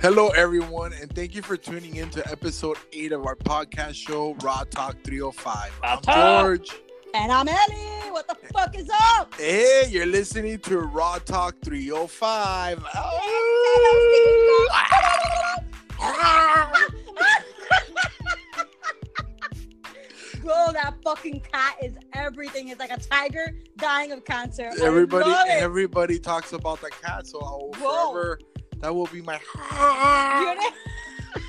Hello, everyone, and thank you for tuning in to episode eight of our podcast show, Raw Talk 305. I'm Raw Talk. George. And I'm Ellie. What the fuck is up? Hey, you're listening to Raw Talk 305. Bro, that fucking cat is everything. It's like a tiger dying of cancer. I Everybody, love it. everybody talks about the cat, so I will Whoa. forever. That will be my. You know-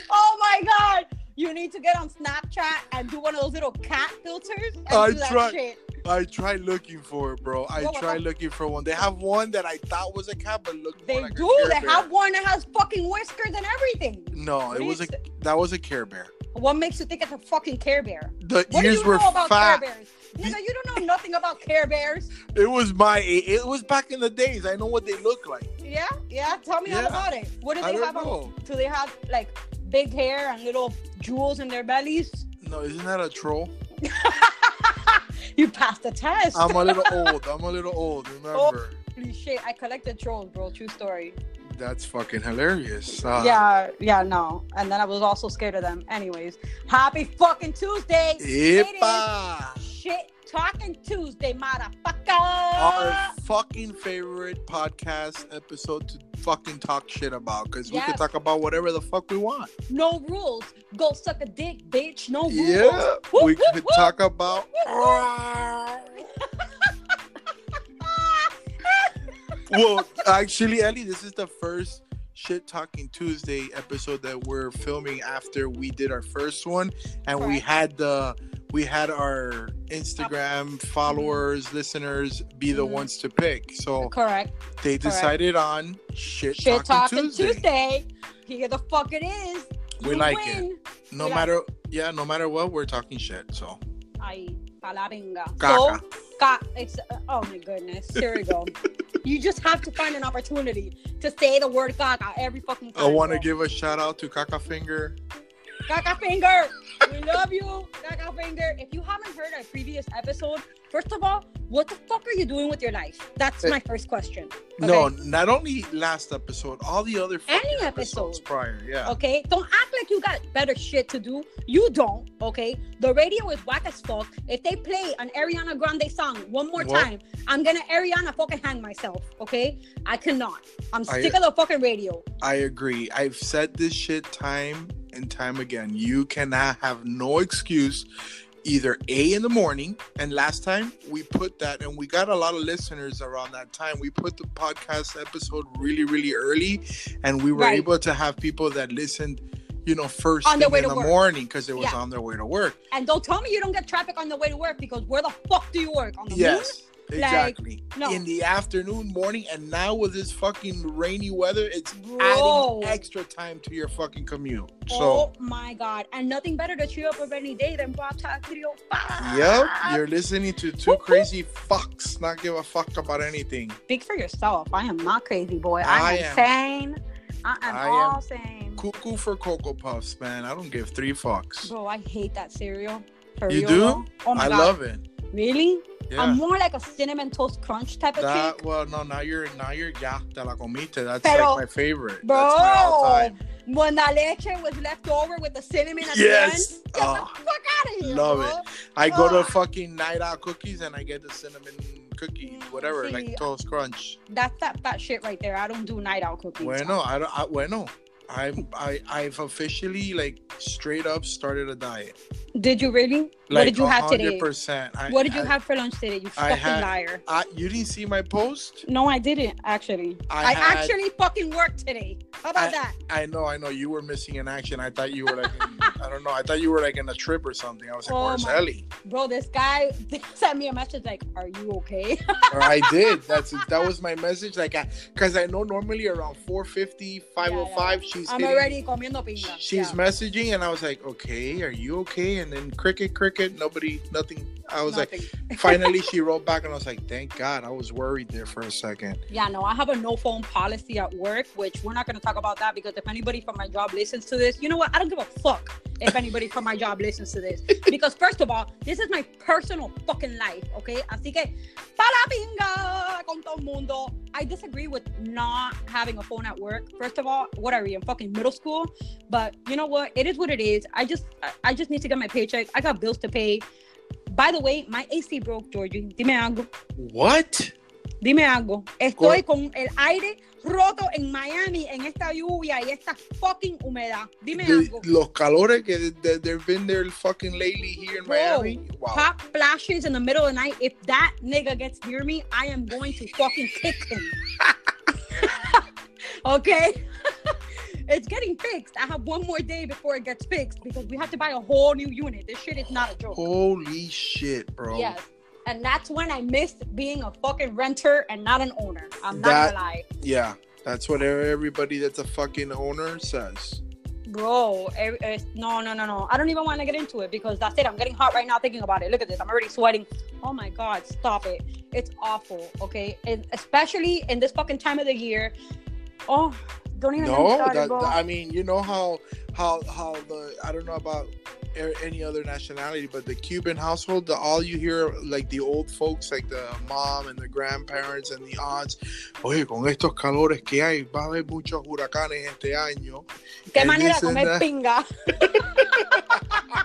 oh my god. You need to get on Snapchat and do one of those little cat filters and I do that tried- shit. I tried looking for it, bro. I What was tried that? looking for one. They have one that I thought was a cat, but looked They more like do. a Care They Bear. have one that has fucking whiskers and everything. No, What it do you was a say? that was a Care Bear. What makes you think it's a fucking Care Bear? The What ears do you were know about fat. Care Bears? Nigga, you don't know nothing about Care Bears. It was my. It was back in the days. I know what they look like. Yeah, yeah. Tell me all Yeah. about it. What do I they don't have? On, know. do they have like big hair and little jewels in their bellies? No, isn't that a troll? you passed the test. I'm a little old. I'm a little old. Oh. Remember? Holy shit! I collected trolls, bro. True story. That's fucking hilarious. Uh, yeah, yeah, no. And then I was also scared of them. Anyways, happy fucking Tuesday. Epa! Shit talking Tuesday, motherfucker. Our fucking favorite podcast episode to fucking talk shit about because we can Yes. talk about whatever the fuck we want. No rules. Go suck a dick, bitch. No rules. Yeah, Woo, we woo, could woo. talk about. Ah. well, actually, Ellie, this is the first shit talking Tuesday episode that we're filming after we did our first one, and we Correct. had the we had our Instagram followers, listeners be the Mhm. ones to pick. So Correct. they decided on shit, Shit talking, talking Tuesday. Tuesday. Here the fuck it is. We You like win. No We like- matter yeah, no matter what, we're talking shit. So Ay, palabenga. Caca. So, ca- it's, oh my goodness. Here we go. you just have to find an opportunity to say the word gaga every fucking time. I want to bro. give a shout out to Kaka Finger. Gaga Finger. We love you, Gaga Finger. If you haven't heard our previous episode, first of all, what the fuck are you doing with your life? That's Eh. my first question. No, not only last episode, all the other Any fucking episodes episode. prior. Yeah. Okay, don't act like you got better shit to do. You don't. Okay, the radio is whack as fuck. If they play an Ariana Grande song one more Well- time, I'm gonna Ariana fucking hang myself. Okay, I cannot. I'm I- sick of the fucking radio. I agree. I've said this shit time and time again. You cannot have no excuse. Either A in the morning, and last time we put that, and we got a lot of listeners around that time. We put the podcast episode really, really early, and we were Right. able to have people that listened, you know, first On their thing way in to the work. morning because it was Yeah. on their way to work. And don't tell me you don't get traffic on the way to work because where the fuck do you work on the moon? Yes, Mm-hmm. Like, exactly. no. In the afternoon, morning, and now with this fucking rainy weather, it's Bro. adding extra time to your fucking commute. So, Oh my god! And nothing better to cheer up a rainy day than Bob Talk 305. yep, you're listening to two Whoop, whoop. crazy fucks not give a fuck about anything. Speak for yourself. I am not crazy, I boy. I, am. am sane. I am I am. all sane. Cuckoo for Cocoa Puffs, man. I don't give three fucks. Bro, I hate that cereal. For You real, do? though. Oh my I god. love it. Really? Yeah. I'm more like a cinnamon toast crunch type of that chick. well no now you're now you're ya te la comiste that's Pero- like my favorite Bro, that's my all-time. when the leche was left over with the cinnamon at Yes. the end, get Ah, the fuck out of here. love bro. it. I go to Ah. fucking night out cookies and I get the cinnamon cookies Mm, whatever see, like toast crunch That's that fat shit right there. I don't do night out cookies. Bueno, I don't. I, bueno, I'm. I I've officially like straight up started a diet. Did you really? Like what did you have today? Percent. What did you I, have for lunch today? You I fucking had- liar. I, you didn't see my post. No, I didn't actually. I, had- actually fucking worked today. How about I- that? I know. I know. You were missing in action. I thought you were like. in- I don't know. I thought you were like in a trip or something. I was like, Oh "Where's my- Ellie?" Bro, this guy sent me a message like, Are you okay? Or I did. That's that was my message. Like, I because I know normally around 450, 505, she's I'm hitting- already comiendo pinga. She's Yeah. messaging, and I was like, "Okay, are you okay?" And then cricket, cricket, nobody, nothing. I was like. Nothing. finally she wrote back and I was like, thank God. I was worried there for a second. Yeah, no, I have a no phone policy at work, which we're not going to talk about that because if anybody from my job listens to this, you know what? I don't give a fuck if anybody from my job listens to this. Because, first of all, this is my personal fucking life, okay? Así que, para pinga con todo el mundo. I disagree with not having a phone at work. First of all, what are we in fucking middle school? But you know what? It is what it is. I just I- I just need to get my paycheck. I got bills to pay. By the way, my AC broke, Georgie. Dime algo. What? Dime algo. Estoy con el aire roto en Miami en esta lluvia y esta fucking humedad. Dime The, algo. los calores que th- th- they've been there fucking lately here in Bro, Miami. Wow. Pop flashes in the middle of the night. If that nigga gets near me, I am going to fucking kick him. okay? it's getting fixed. I have one more day before it gets fixed because we have to buy a whole new unit. This shit is not a joke. Holy shit, Oh, bro. Yes. And that's when I missed being a fucking renter and not an owner. I'm not That- gonna lie. Yeah. That's what e-, everybody that's a fucking owner says. Bro, eh, eh, no, no, no, no. I don't even want to get into it because that's it. I'm getting hot right now thinking about it. Look at this. I'm already sweating. Oh my God, stop it. It's awful, okay? And especially in this fucking time of the year. Oh, don't even get me No, started, that, bro. that- I mean, you know how how how the I don't know about a- any other nationality, but the Cuban household, the all you hear like the old folks, like the mom and the grandparents and the aunts. Oye, con estos calores que hay, va a haber muchos huracanes este año. Qué and uh, manera this de and comer that. pinga.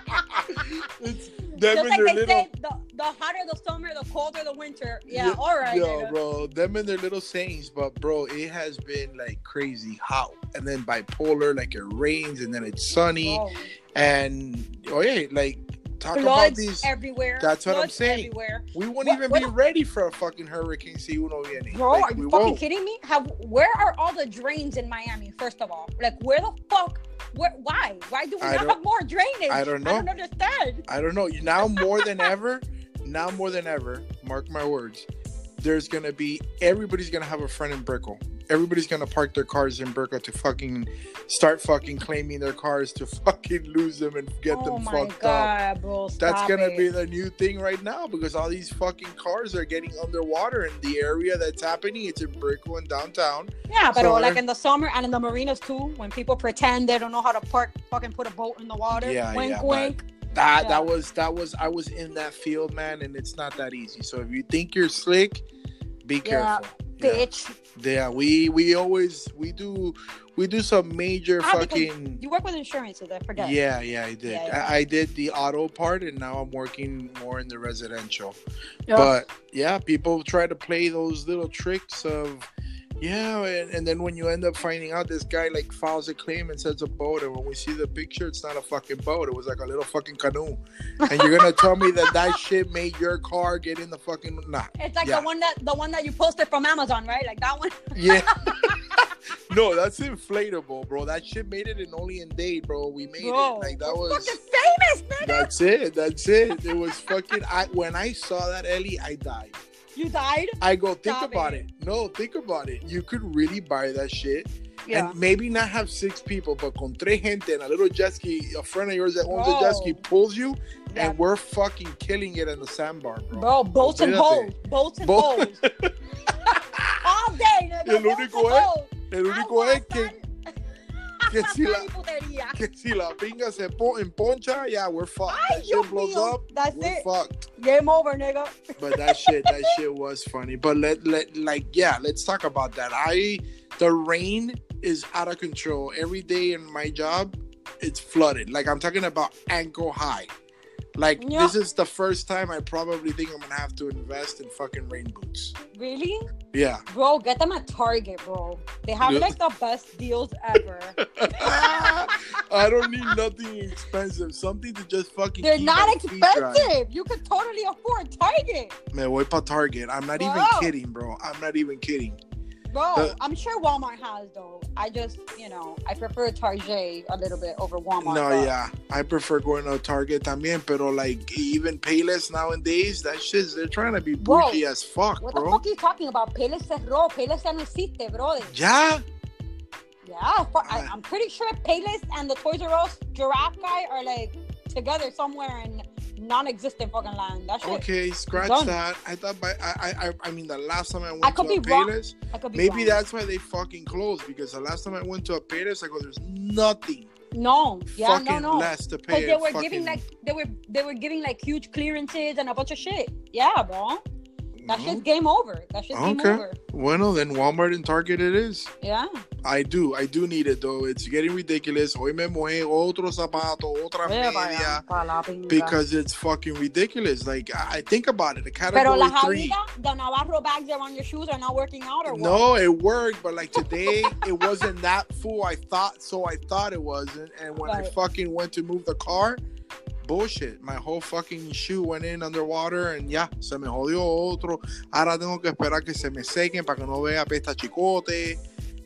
It's them Just and like their they little say, the, the hotter the summer, the colder the winter. Yeah, Yeah, all right. yo, nigga. bro, them and their little sayings, but bro, it has been like crazy hot, and then bipolar, like it rains and then it's sunny, Bro, and oh yeah, like talk about Floods these. everywhere. That's what I'm Floods saying. Everywhere. We won't What- even what be ready for a fucking hurricane si uno viene. Bro, Like, are we you fucking won't. kidding me? Have where are all the drains in Miami? First of all, like where the fuck? Where? Why? Why do we I not don't- have more drainage? I don't I don't know. understand. I don't know. Now more than ever, now more than ever, mark my words, there's gonna be everybody's gonna have a friend in Brickell. Everybody's gonna park their cars in Brickell to fucking start fucking claiming their cars to fucking lose them and get oh them my fucked up. god, bro! That's stop gonna it. be the new thing right now because all these fucking cars are getting underwater in the area that's happening. It's in Brickell and downtown. yeah, but oh, so- like in the summer and in the marinas too, when people pretend they don't know how to park, fucking put a boat in the water. Yeah, wink, yeah, but- wink. that Yeah. that was that was I was in that field, man, and it's not that easy. So if you think you're slick, be Yeah, careful. Yeah. Bitch, yeah, we we always we do we do some major Ah, because fucking you work with insurances. I forget. yeah, yeah, I did. Yeah, yeah. I, I did the auto part, and now I'm working more in the residential. Yeah. But yeah, people try to play those little tricks of, yeah, and, and then when you end up finding out this guy like files a claim and says a boat, and when we see the picture, it's not a fucking boat. It was like a little fucking canoe, and you're gonna tell me that that shit made your car get in the fucking nah. It's like Yeah. the one that the one that you posted from Amazon, right? Like that one. Yeah. No, that's inflatable, bro. That shit made it in only in day, bro. We made Bro, it. Like that we're was fucking famous, nigga. That's it. That's it. It was fucking. I when I saw that Ellie, I died. You died. I go think Stop about it. it. No, think about it. You could really buy that shit, Yeah. and maybe not have six people, but con tres gente and a little jet ski. A friend of yours that owns a jet ski Bro. pulls you, Yeah. and we're fucking killing it in the sandbar, bro. Bro, bolts and Olvídate. holes. Bolts and Bol- holes. All day, nigga. El único bolts and es- holes. El único es que, Agua, que si la- sal y putería. que si la pinga se po- emponcha, yeah, we're fucked. Ay, Ah, that Dios shit blows mío. up, That's we're it. fucked. Game over, nigga. but that shit that shit was funny but let let like yeah let's talk about that i the rain is out of control every day in my job it's flooded like i'm talking about ankle high like Yeah. this is the first time i probably think i'm gonna have to invest in fucking rain boots Really? yeah Bro, get them at Target, bro. They have Yeah. like the best deals ever. i don't need nothing expensive something to just fucking They're keep not my feet dry. expensive. You could totally afford Target. man wait pa target i'm not even Bro. kidding bro i'm not even kidding Bro, The- I'm sure Walmart has though. I just, you know, I prefer Target a little bit over Walmart. No, but- yeah, I prefer going to Target también, pero like even Payless nowadays, that shit's they're trying to be Bro, bougie as fuck, What the bro. fuck are you talking about? Payless cerró. Payless ya no existe, brother. Yeah, Yeah, fu- I, Ah. I'm pretty sure Payless and the Toys R Us giraffe guy are like together somewhere in non-existent fucking land. That shit. okay, scratch Done. that. I thought by I I- I I mean the last time I went I could to a be wrong. Payless, I could be maybe wrong. that's why they fucking closed because the last time I went to a Payless, I go, there's nothing no. Yeah, fucking no, no. less to pay. Because they at were fucking giving like they were they were giving like huge clearances and a bunch of shit. Yeah, bro. That No? shit's game over. That shit's game Okay. over. Mm-hmm. Bueno, then Walmart and Target it is. Yeah. I do, I do need it though. It's getting ridiculous. Hoy me mojé otro zapato, otra media. Vea, vaya, pa' la pinga. Because it's fucking ridiculous. Like I I think about it. The category Pero las three. jaulitas, the Navarro bags around your shoes are not working out or what? No, it worked, but like today, it wasn't that full. I thought so. I thought it wasn't, and when I Right. fucking went to move the car, bullshit. My whole fucking shoe went in underwater, and ya se me jodió otro. Ahora tengo que esperar que se me sequen para que no vea pesta chicote.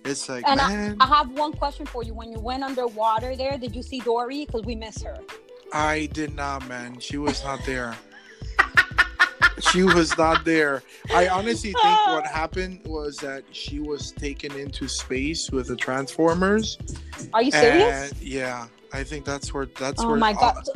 It's like And man, I have one question for you. When you went underwater there, did you see Dory? Because we miss her. I did not, man. She was not there. she was not there. I honestly think what happened was that she was taken into space with the Transformers. Are you serious? And yeah, I think that's where that's oh where my uh, god. So,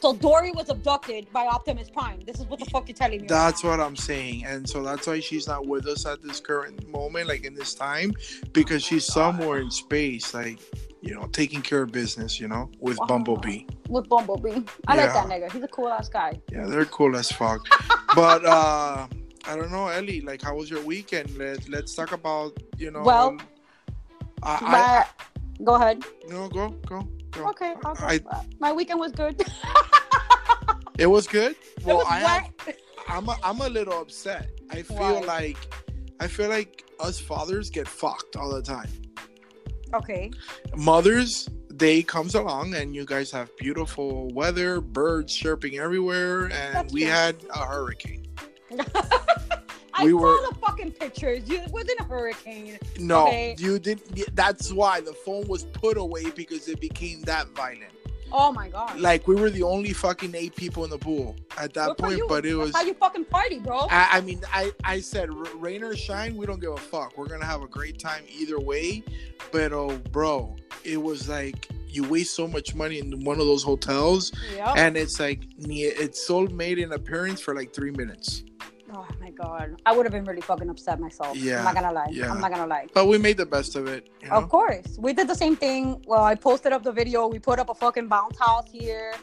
so Dory was abducted by Optimus Prime. This is what the fuck you're telling me. that's what I'm saying. And so that's why she's not with us at this current moment, like in this time, because she's somewhere in space, like you know, taking care of business, you know, with Wow. Bumblebee. with Bumblebee. I like Yeah. that nigga. He's a cool ass guy. Yeah, they're cool as fuck. but uh I don't know, Ellie. Like, how was your weekend? Let Let's talk about you know. Well, I, I, But go ahead. no go go go. Okay, I'll go. I, my weekend was good. it it was good. Well, was I have, wet. I'm a, I'm a little upset. I feel Why? like I feel like us fathers get fucked all the time. Okay. Mother's Day comes along, and you guys have beautiful weather, birds chirping everywhere, and That's we true. had a hurricane. I We saw were- the fucking pictures. You- It wasn't a hurricane. No, Okay. you didn't. That's why the phone was put away because it became that violent. Oh my god. Like we were the only fucking eight people in the pool at that Good for point, you. but it That's was. how you fucking party, bro. I, I mean, I, I said, "R- rain or shine, we don't give a fuck. We're gonna have a great time either way. But oh, bro, it was like you waste so much money in one of those hotels, Yep. and it's like ni- it's all made an appearance for like three minutes. Oh my god. I would have been really fucking upset myself. Yeah, I'm not gonna lie. yeah. I'm not gonna lie. But we made the best of it. You know? Of course. We did the same thing. Well, I posted up the video. We put up a fucking bounce house here.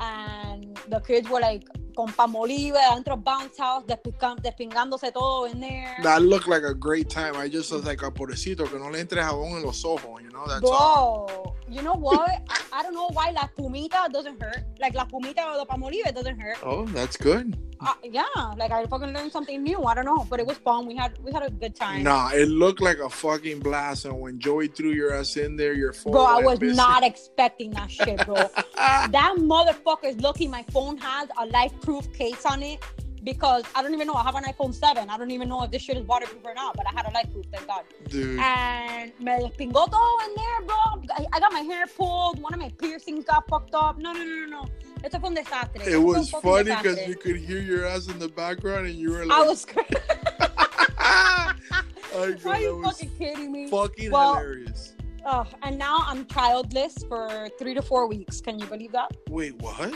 And the kids were like, compa moliva, dentro bounce house, despica- despingándose todo in there. That looked like a great time. I just was like, a pobrecito, que no le entre jabón en los ojos. You know, that's all. Bro, you know what? I, I don't know why La Pumita doesn't hurt. Like, La Pumita or the Pamolive doesn't hurt. Oh, that's good. Uh, yeah, like I fucking learned something new. I don't know, but it was fun. We had we had a good time. Nah, it looked like a fucking blast. And when Joey threw your ass in there, your phone. Bro, I went was missing. not expecting that shit, bro. Ah, that motherfucker is lucky my phone has a life proof case on it because I don't even know. I have an iPhone 7. I don't even know if this shit is waterproof or not, but I had a life proof, thank God. dude. And me despingó todo in there, bro. I, I got my hair pulled. One of my piercings got fucked up. No, no, no, no, no. Esto fue un desastre. It Esto fue un was fucking funny because desastre. you could hear your ass in the background and you were like, I was "Ah!" I know, Are that you was fucking kidding me? fucking Well- hilarious. Ugh, and now I'm childless for three to four weeks. Can you believe that? Wait, what?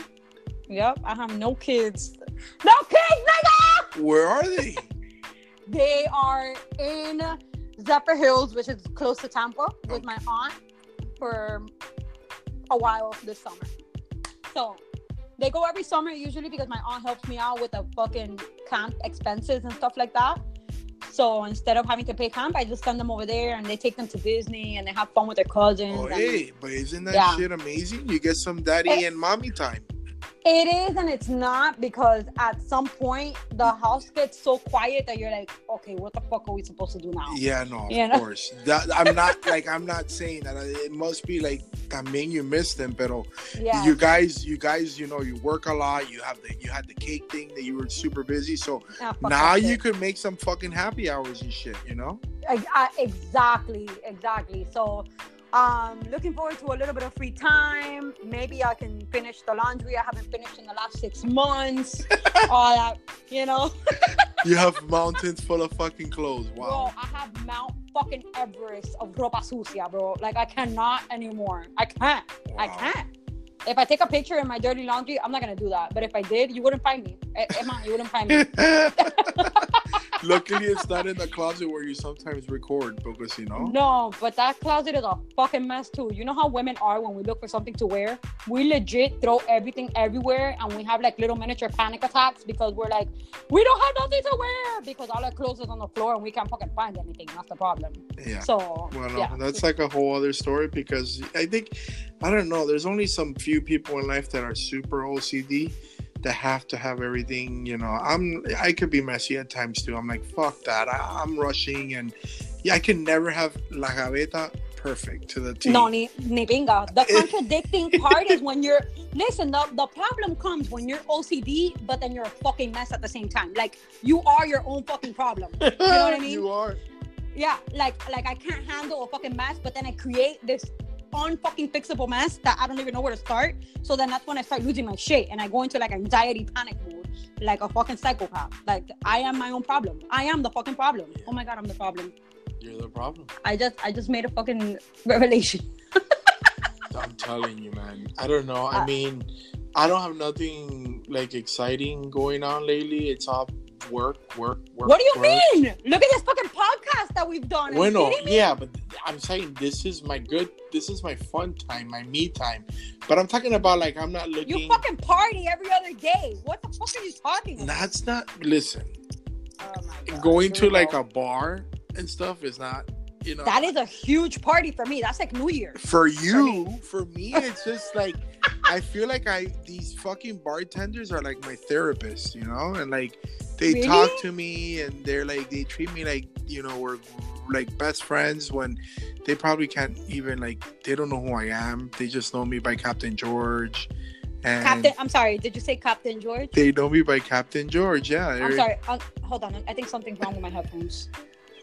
Yep, I have no kids. No kids, nigga! Where are they? They are in Zephyr Hills, which is close to Tampa, with my aunt for a while this summer. So they go every summer usually because my aunt helps me out with the fucking camp expenses and stuff like that. So instead of having to pay camp, I just send them over there and they take them to Disney and they have fun with their cousins. oh, and- hey, but isn't that Yeah. shit amazing? You get some daddy and mommy time. It is and it's not because at some point the house gets so quiet that you're like, okay, what the fuck are we supposed to do now? Yeah, no, of You know? course. That, I'm not like I'm not saying that. It must be like también you miss them, pero Yeah. you guys, you guys, you know, you work a lot. You have the you had the cake thing that you were super busy. So Ah, fuck now that you shit. could make some fucking happy hours and shit. You know? I, I, uh, exactly, exactly. So, um, looking forward to a little bit of free time. Maybe I can finish the laundry I haven't finished in the last six months. All that, you know. You have mountains full of fucking clothes. Wow. Bro, I have Mount fucking Everest of ropa sucia, bro. Like I cannot anymore. I can't. I Wow. can't. If I take a picture in my dirty laundry, I'm not gonna do that. But if I did, you wouldn't find me. Eh, Emma, you wouldn't find me. Luckily, it's not in the closet where you sometimes record because you know. No, but that closet is a fucking mess too. You know how women are when we look for something to wear? We legit throw everything everywhere and we have like little miniature panic attacks because we're like, we don't have nothing to wear. because all our clothes is on the floor and we can't fucking find anything. That's the problem. Yeah. So Well, yeah. that's like a whole other story because I think I don't know. There's only some few people in life that are super OCD that have to have everything. You know, I'm I could be messy at times too. I'm like fuck that. I, I'm rushing and yeah, I can never have la gaveta perfect to the T. No, ni, ni pinga. The contradicting part is when you're listen. The, the problem comes when you're OCD, but then you're a fucking mess at the same time. Like you are your own fucking problem. you know what I mean? You are. Yeah, like like I can't handle a fucking mess, but then I create this unfucking fixable mess that I don't even know where to start. So then that's when I start losing my shit and I go into like anxiety panic mode, like a fucking psychopath. Like I am my own problem. I am the fucking problem. Oh my god, I'm the problem. You're the problem. I just I just made a fucking revelation. I'm telling you, man. I don't know. I Uh, mean, I don't have nothing like exciting going on lately. It's all work, work, work. What do you work. mean? Look at this fucking podcast that we've done. Are you Bueno, kidding me? yeah, but I'm saying this is my good, this is my fun time, my me time. But I'm talking about like I'm not looking. You fucking party every other day. What the fuck are you talking about? That's not. Listen, Oh my God, going here to we like go. a bar and stuff is not. You know, That is a huge party for me. That's like New Year's. for you for me it's just like i feel like i these fucking bartenders are like my therapist you know and like they Really? talk to me and they're like they treat me like you know we're like best friends when they probably can't even like they don't know who i am they just know me by captain george and Captain, I'm sorry. Did you say Captain George? they know me by captain george yeah I'm sorry. Uh, hold on. I think something's wrong with my headphones.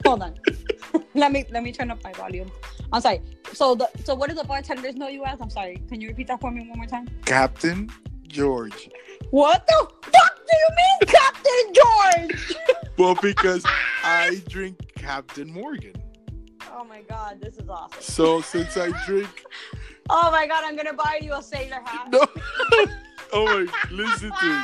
Hold on. let me let me turn up my volume. I'm sorry. So the so what do the bartenders know you as? I'm sorry. Can you repeat that for me one more time? captain george What the fuck do you mean, Captain George? well because i drink captain morgan Oh my god, this is awesome. so since i drink Oh my god, I'm gonna buy you a sailor hat. No. oh my! Listen to me.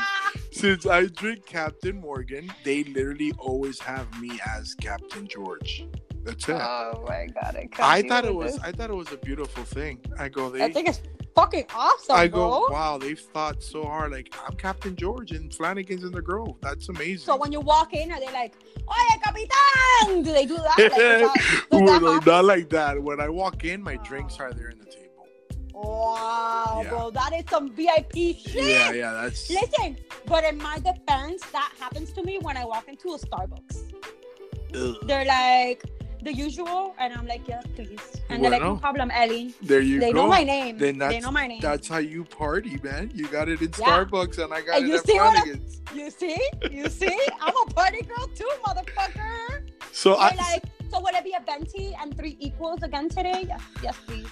Since I drink Captain Morgan, they literally always have me as Captain George. That's it. Oh my god, I, can't I deal thought it with was. this. I thought it was a beautiful thing. I go. They. I, think it's fucking awesome, I bro. go. Wow, they've thought so hard. Like I'm Captain George and Flanagan's in the Grove. That's amazing. So when you walk in, are they like, "Oye, capitan"? Do they do that? Like, does that- does Well, that no, happen? not like that. When I walk in, my drinks Oh. are there in the table. Wow, Yeah. bro, that is some VIP shit. Yeah, yeah. That's Listen, but in my defense, that happens to me when I walk into a Starbucks. ugh. They're like the usual, and I'm like, "Yes, please." And they're like, "No Bueno. problem, Ellie." there you They go. know my name. Then They that's- know my name. That's how you party, man. You got it in Yeah. Starbucks, and I got And it you at see what I'm- Flanagan's. You see? You see? I'm a party girl too, motherfucker. So They're I, like, so would it be a venti and three equals again today? Yes, yes, please.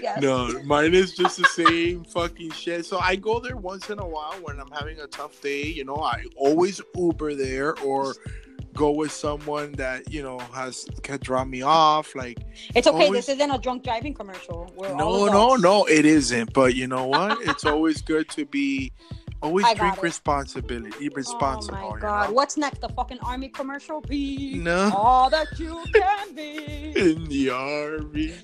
Yes. No, mine is just the same fucking shit. So I go there once in a while when I'm having a tough day. You know, I always Uber there or go with someone that you know has can drop me off. Like It's okay. Always- This isn't a drunk driving commercial. We're all no, no, adults. no, it isn't. But you know what? it's always good to be. Always I got drink it. responsibility. Responsible. Oh my you god! know? What's next? The fucking army commercial? Be No, all that you can be. in the army.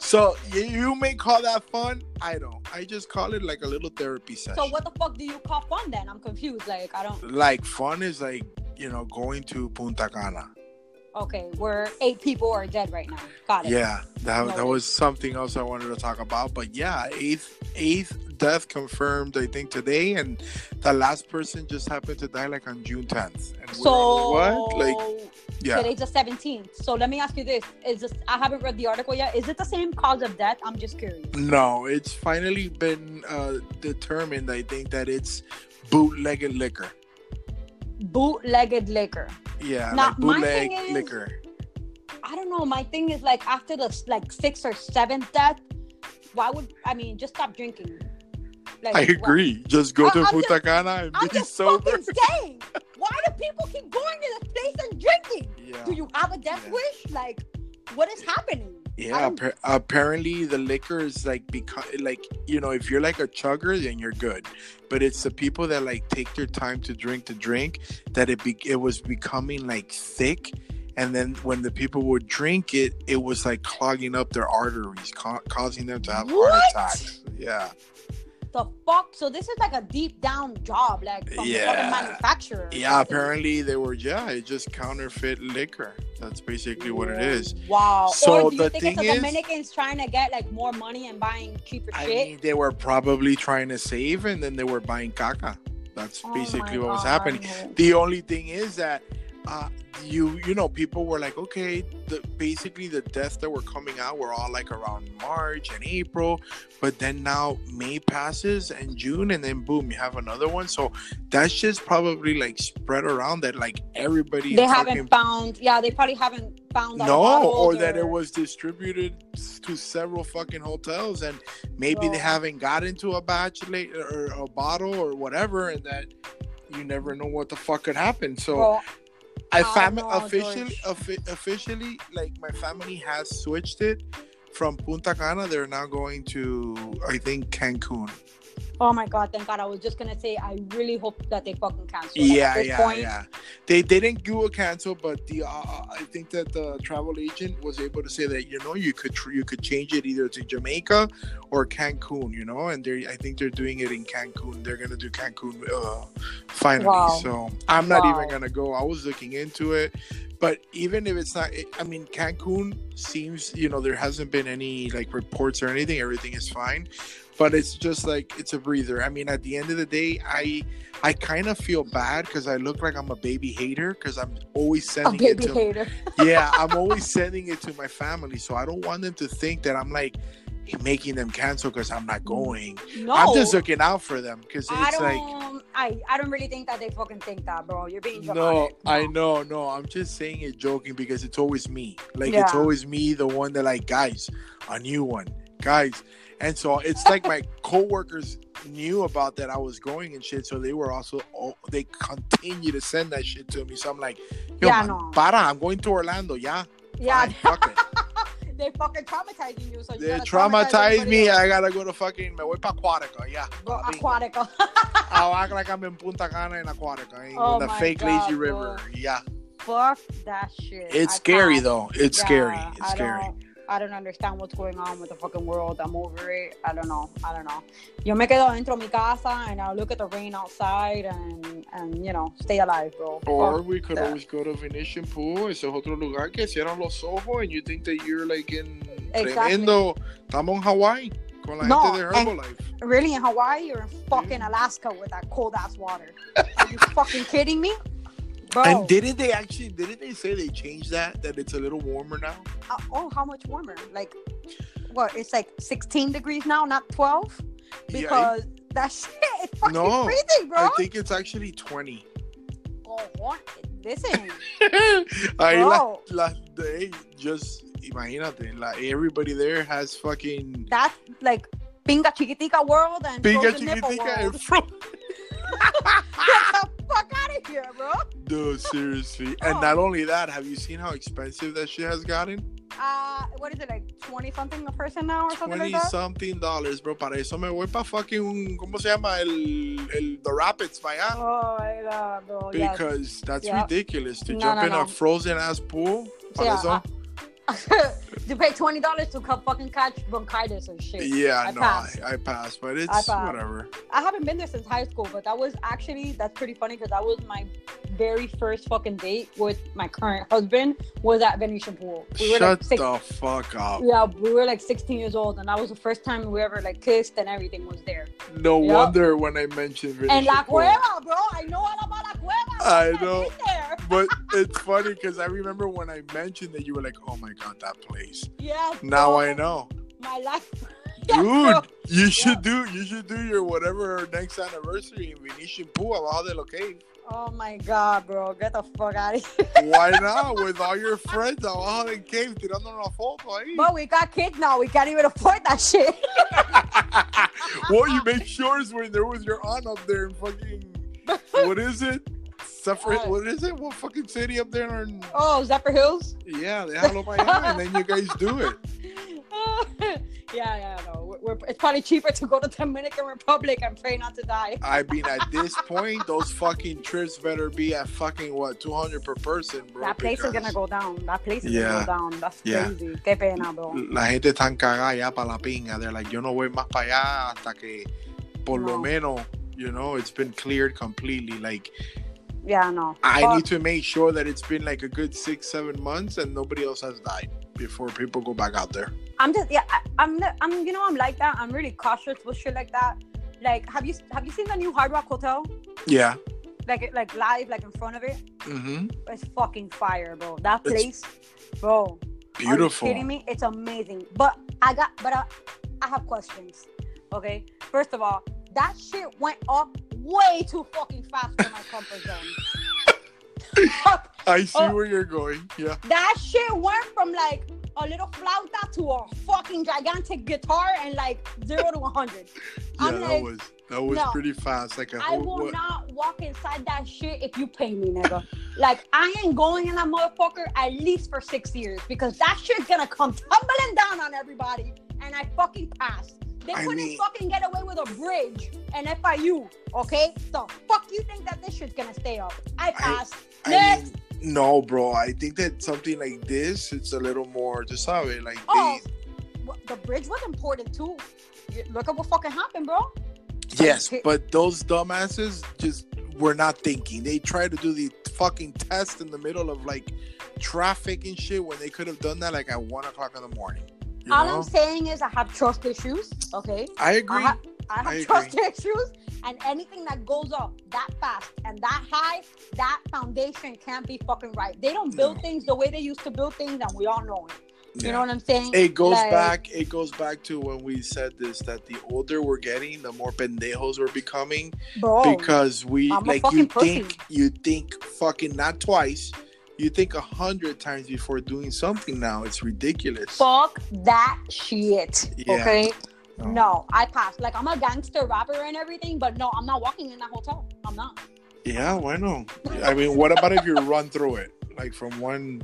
so you, you may call that fun. I don't. I just call it like a little therapy session. So what the fuck do you call fun then? I'm confused. Like I don't. like fun is like you know going to Punta Cana. Okay, we're eight people are dead right now. Got it. Yeah, that, Love that it. was something else I wanted to talk about. But yeah, eighth eighth death confirmed I think today, and the last person just happened to die like on June tenth. And we're So all, what? Like yeah, today's the 17th. So let me ask you this: Is this? I haven't read the article yet. Is it the same cause of death? I'm just curious. no, it's finally been uh, determined. I think that it's bootlegged liquor. Bootlegged liquor. Yeah, Now, like my bootleg thing is- liquor. I don't know. My thing is like after the like sixth or seventh death, why would I mean just stop drinking? Like, I why- agree. Just go I- to I'm Punta Cana and I'm be just sober. fucking saying. Why do people keep going to this place and drinking? Yeah. Do you have a death Yeah. wish? Like, what is happening? Yeah, I'm- appa- apparently the liquor is like because like you know if you're like a chugger then you're good, but it's the people that like take their time to drink to drink that it be- it was becoming like thick, and then when the people would drink it, it was like clogging up their arteries, ca- causing them to have What? heart attacks. Yeah, the fuck? So this is like a deep down job, like from the Yeah. fucking manufacturer. or Yeah, something. apparently they were. Yeah, it's just counterfeit liquor. That's basically what it is. Wow. So or do you the think thing it's is- the Dominicans trying to get like more money and buying cheaper I shit? mean, they were probably trying to save, and then they were buying caca. That's Oh basically my what was God. happening. The only thing is that uh, you you know people were like, okay, the, basically the deaths that were coming out were all like around March and April, but then now May passes and June, and then boom, you have another one. So that's just probably like spread around that like everybody They in fucking- haven't found. Yeah, they probably haven't found. out no, bottles or that it was distributed s- to several fucking hotels, and maybe No. they haven't got into a batch late or a bottle or whatever, and that you never know what the fuck could happen. So. Bro, I Oh, fam- no, officially, George. offi- officially, like my family has switched it from Punta Cana. They're now going to, I think, Cancun. Oh my god, thank god. I was just gonna say I really hope that they fucking cancel. it yeah, at this yeah, point. yeah. They they didn't do a cancel, but the uh, uh, I think that the travel agent was able to say that you know you could tr- you could change it either to Jamaica or Cancun, you know. And they I think they're doing it in Cancun. They're gonna do Cancun uh, finally. Wow. So I'm not Wow. even gonna go. I was looking into it, but even if it's not, it, I mean, Cancun seems you know there hasn't been any like reports or anything. Everything is fine. But it's just like it's a breather. I mean, at the end of the day, I I kind of feel bad because I look like I'm a baby hater because I'm always A sending it baby to hater. yeah I'm always sending it to my family so I don't want them to think that I'm like making them cancel because I'm not going. No, I'm just looking out for them because Oh. I it's don't. like I I don't really think that they fucking think that, bro. You're being no dramatic. I know no I'm just saying it joking because it's always me like it's Yeah. always me the one that like guys a new one guys and so it's like my coworkers knew about that I was going and shit so they were also oh, they continue to send that shit to me so I'm like yo Yeah, man, no. para I'm going to Orlando yeah Yeah, fine, fuck it. they fucking traumatizing you. So you They gotta traumatized traumatize me. everybody else. I gotta go to fucking. Me voy pa Aquatica. Yeah. Bro, I'll be- Aquatica. I'll act like I'm in Punta Cana in Aquatica. In Oh the my fake God, lazy bro. river. Yeah. Fuck that shit. It's I scary can't. though. It's Yeah, scary. It's I scary. Don't, I don't understand what's going on with the fucking world. I'm over it. I don't know. I don't know. Yo me quedo dentro de mi casa and I'll look at the rain outside and, and you know, stay alive, bro. Or Fuck. we could Yeah. always go to Venetian Pool. Ese es otro lugar que cierran los ojos and you think that you're like in Exactly. tremendo. Estamos en Hawaii con la No, gente de and- Herbalife. Really, in Hawaii or in fucking Alaska with that cold ass water? Are you fucking kidding me? Bro. And didn't they actually? Didn't they say they changed that? That it's a little warmer now. uh, oh, how much warmer? Like, what? It's like 16 degrees now, not 12? yeah. Because that shit is fucking No, freezing, I, bro. I think it's actually twenty. oh, what? Listen, Ahí la- bro. la, they just imagínate, la, everybody there has fucking that's like pinga chiquitica world and pinga frozen nipple chiquitica and world. fro. Get the fuck out of here, bro. Dude, seriously. And Oh. not only that, have you seen how expensive that shit has gotten? Uh, what is it like twenty something a person now or something like Twenty that? something dollars, bro. Para eso me voy pa fucking un, ¿cómo se llama? El, el the rapids para allá. Oh my god, bro. yes. Because that's Yeah. ridiculous to No, jump no, in no. a frozen ass pool. Para Yeah, eso, I- you pay twenty dollars to cut fucking catch bronchitis and shit. yeah, I no, passed. I, I passed, but it's passed. whatever. I haven't been there since high school, but that was actually that's pretty funny because that was my very first fucking date with my current husband was at Venetian pool. We were Shut like six the fuck up. Yeah, we were like 16 years old, and that was the first time we ever like kissed and everything was there. No Yep. wonder when I mentioned and La Venetian pool. Cueva, bro, I know all about La Cueva. I I've know. been There. but it's funny because I remember when I mentioned that you were like, "Oh my god, that place." Yeah. Now bro, I know, My life. dude. bro. You should do you should do your whatever next anniversary in Venetian pool al lado de lo que. Oh my god, bro, get the fuck out of here. Why not with all your friends al lado del cave tirando una foto ahí? But we got kids now. We can't even afford that shit. what you make sure is when there was your aunt up there in fucking what is it? Suffer, Uh, what is it? What fucking city up there? In, Oh, Zephyr Hills. yeah, they have and then you guys do it. yeah, yeah, no. We're, we're, it's probably cheaper to go to Dominican Republic and pray not to die. I mean, at this point, those fucking trips better be at fucking what two hundred per person, bro. That place is because gonna go down. That place is Yeah. gonna go down. That's Yeah. crazy. Qué pena, bro. La gente tan cagada ya para la pinga. They're like, yo no voy más para allá hasta que por lo No. menos, you know, it's been cleared completely. Like Yeah, no. I Fuck. need to make sure that it's been like a good six, seven months and nobody else has died before people go back out there. I'm just yeah. I, I'm not- I'm you know I'm like that. I'm really cautious with shit like that. Like have you have you seen the new Hard Rock Hotel? Yeah. Like it- like live like in front of it. hmm It's fucking fire, bro. That place, It's- bro. Beautiful. Are you kidding me? It's amazing. But I got but I, I have questions. Okay. First of all, that shit went up way too fucking fast for my comfort zone. Fuck, I see Oh. where you're going. Yeah. that shit went from like a little flauta to a fucking gigantic guitar and like zero to 100. Yeah, I'm that like, was that was no. pretty fast. Like a I whole will what- not walk inside that shit if you pay me, nigga. like I ain't going in that motherfucker at least for six years because that shit's gonna come tumbling down on everybody, and I fucking passed. They I couldn't mean- fucking get away with a bridge and FIU, okay? So fuck you think that this shit's gonna stay up? I passed. I Next. mean, no, bro. I think that something like this, it's a little more, just how it like Oh. they, Wha- the bridge was important too. You- Look at what fucking happened, bro. yes, Okay. but those dumbasses just were not thinking. They tried to do the fucking test in the middle of like traffic and shit when they could have done that like at one o'clock in the morning. You All know? I'm uh-huh. saying is I have trust issues, okay? I agree. I, ha- I have I trust issues, and anything that goes up that fast and that high, that foundation can't be fucking right. They don't build No. things the way they used to build things, and we all know it. You Yeah. know what I'm saying? It goes Like, back. It goes back to when we said this that the older we're getting, the more pendejos we're becoming. bro. because we Oh, I'm a like fucking you pussy. think you think fucking not twice you think a hundred times before doing something now it's ridiculous fuck that shit. Yeah. Okay. No. No, I passed. Like I'm a gangster rapper and everything, but no, I'm not walking in that hotel. I'm not. yeah why not i mean what about if you run through it like from one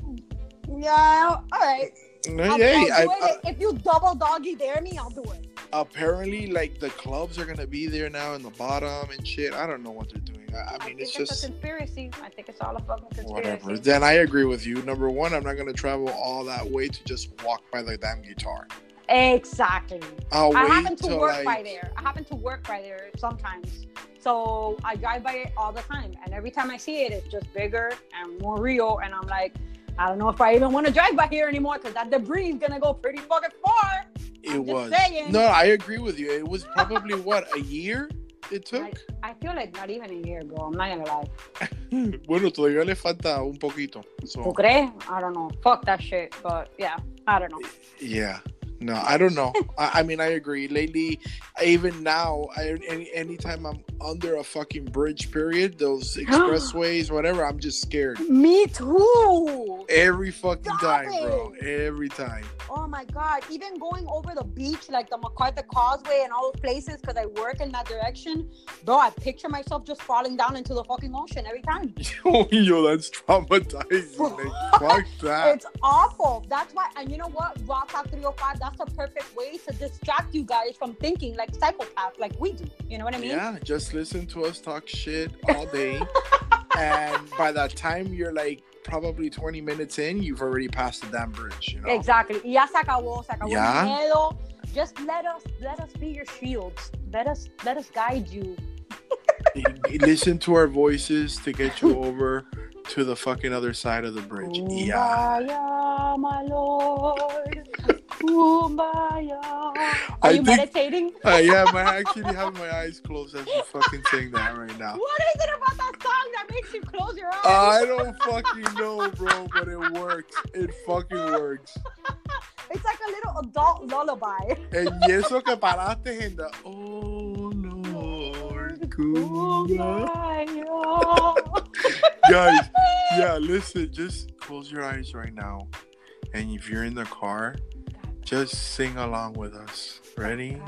Yeah. All right. no, I'll, yeah I'll I, uh, do it. if you double doggy dare me, I'll do it. I- apparently like the clubs are gonna be there now in the bottom and shit i don't know what they're doing i, I mean think it's it's, a just conspiracy. I think it's all a fucking conspiracy. whatever then i agree with you number one i'm not gonna travel all that way to just walk by the damn guitar Exactly. i'll I wait happen to till work like, by there. I happen to work by there sometimes. So I drive by it all the time. And every time I see it, it's just bigger and more real. And I'm like, I don't know if I even want to drive by here anymore because that debris is going to go pretty fucking far. It I'm just was. saying. No, I agree with you. It was probably what a year it took. I feel like not even a year, bro. I'm not going to lie. Hmm. Bueno, todavía le falta un poquito. ¿Tú So, crees? I don't know. Fuck that shit. But yeah, I don't know. yeah. No, I don't know. I, I mean, I agree. Lately, I- even now, I, any anytime I'm under a fucking bridge, period, those expressways, whatever, I'm just scared. Me too. Every fucking Stop time, it. bro. Every time. Oh my God. Even going over the beach, like the MacArthur Causeway and all those places, because I work in that direction, bro, I picture myself just falling down into the fucking ocean every time. Yo, that's traumatizing. Like, fuck that. It's awful. That's why, and you know what? Rock Talk 305, that's the perfect way to distract you guys from thinking like psychopaths, like we do. You know what I mean? Yeah, just listen to us talk shit all day. and by that time, you're like probably 20 minutes in, you've already passed the damn bridge, you know? Exactly. Y Ya se acabó, se acabó el Yeah. miedo. Just let us, let us be your shields. Let us, let us guide you. listen to our voices to get you over to the fucking other side of the bridge. Yeah. Kumbaya, my lord. Kumbaya. Are I you think- meditating? I am. I actually have my eyes closed as you fucking saying that right now. What is it about that song that makes you close your eyes? I don't fucking know, bro, but it works. It fucking works. it's like a little adult lullaby. And eso que paraste en the, oh, Lord, Kumbaya. Kumbaya. guys yeah listen just close your eyes right now and if you're in the car just sing along with us ready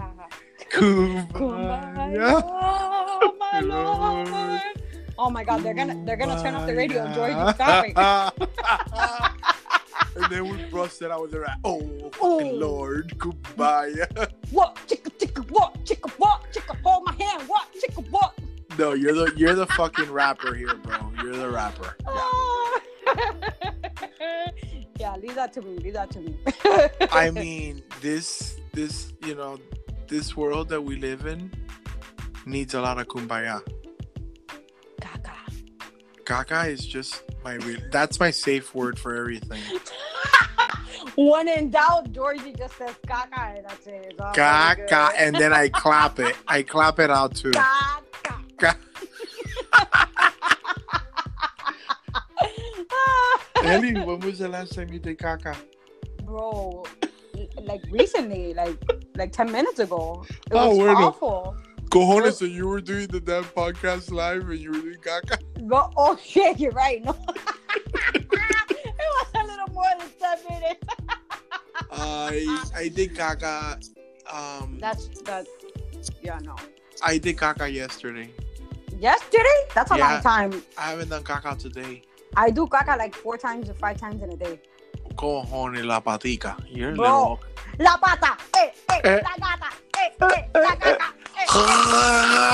Kumbaya. Kumbaya, my lord. Oh my god, they're gonna they're gonna turn off the radio. George, you stop it. and then we bust it out with the oh, Oh. fucking lord kumbaya What chicka chicka what chicka what chicka hold my hand what chicka what no you're the you're the fucking rapper here bro you're the rapper Oh, yeah. yeah, leave that to me. Leave that to me. i mean this this you know this world that we live in needs a lot of kumbaya. Caca. Gaga is just my re- that's my safe word for everything. Oh When in doubt, Georgie just says caca and that's it. It's all very Gaga, good. and then I clap it. I clap it out too. Caca. Ca- Ellie, when was the last time you did caca? Bro, like recently, like like ten minutes ago, it Oh, was bueno. awful. Cojones, so you were doing the damn podcast live and you were doing caca. But oh shit, you're right. No, it was a little more than ten minutes. I I did caca. Um, That's that. Yeah, no. I did caca yesterday. Yesterday? That's a Yeah. long time. I haven't done caca today. I do caca like four times or five times in a day. Cojones, la patica. You're Bro. little. La pata, eh, eh, Eh. la gata, eh, eh, la gata, eh.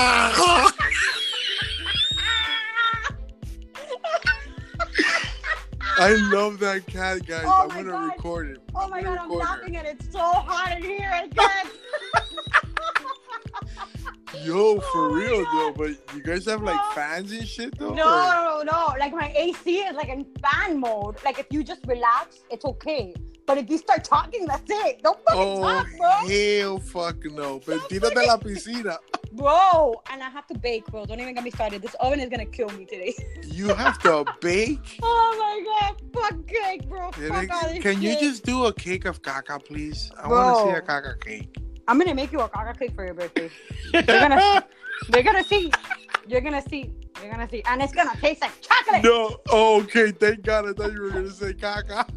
I love that cat, guys. Oh I'm my gonna God. record it. Oh my gonna god, I'm record her. laughing and it's so hot in here again. Yo, for Oh my real God. though, but you guys have like No. fans and shit though? no, no, or- no. Like my AC is like in fan mode. Like if you just relax, it's okay. But if you start talking, that's it. Don't fucking Oh, talk, bro. hell fuck no. But Stop tírate la piscina. Bro, and I have to bake, bro. Don't even get me started. This oven is gonna kill me today. You have to bake. Oh my god, fuck cake, bro. Fuck all this Can you shit. just do a cake of caca, please? I want to see a Bro. caca cake. I'm gonna make you a caca cake for your birthday. You're gonna, you're gonna see. You're gonna see. You're gonna see, and it's gonna taste like chocolate. No. Oh, okay. Thank God. I thought you were gonna say caca.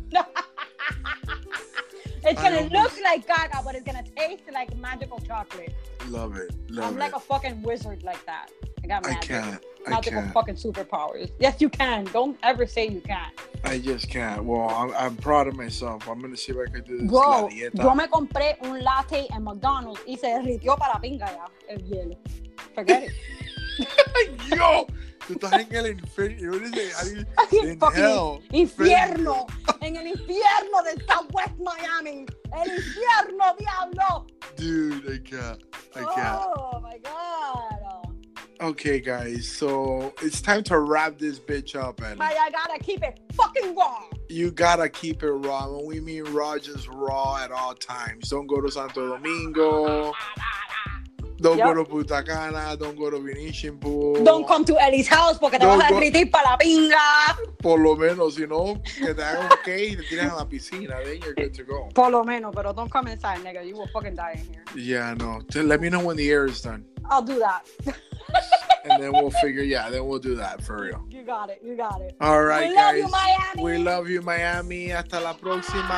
It's I gonna almost- look like caca, but it's gonna taste like magical chocolate. Love it. I'm Love like it. a fucking wizard like that. I got I magic. can't. I Magical can't. fucking superpowers. Yes, you can. Don't ever say you can't. I just can't. Well, I'm, I'm proud of myself. I'm gonna see if I can do this. Bro, la dieta. yo me compré un latte en McDonald's y se derritió para la pinga ya el hielo. Forget it. Yo, tú estás en el infierno. What is it? How do you- Fucking In hell. infierno. En el infierno del Southwest Miami. El infierno, diablo. Dude, uh, I can't. I can't. Oh my god. Okay, guys. So it's time to wrap this bitch up, and But I gotta keep it fucking raw. you gotta keep it raw. When we mean raw, just raw at all times. Don't go to Santo Domingo. Don't Yep. go to Punta Cana. Don't go to Venetian Pool. Don't come to Ellie's house porque te Don't vas a go- derretir para la pinga. Por lo menos, you know, que te hagan ok y te tiran a la piscina. Then you're good to go. Por lo menos, pero don't come inside, nigga. You will fucking die in here. Yeah, no. T- Let me know when the air is done, I'll do that. and then we'll figure. Yeah, then we'll do that for real. You got it. You got it. All right, we love guys. you, Miami. We love you, Miami. Hasta la próxima.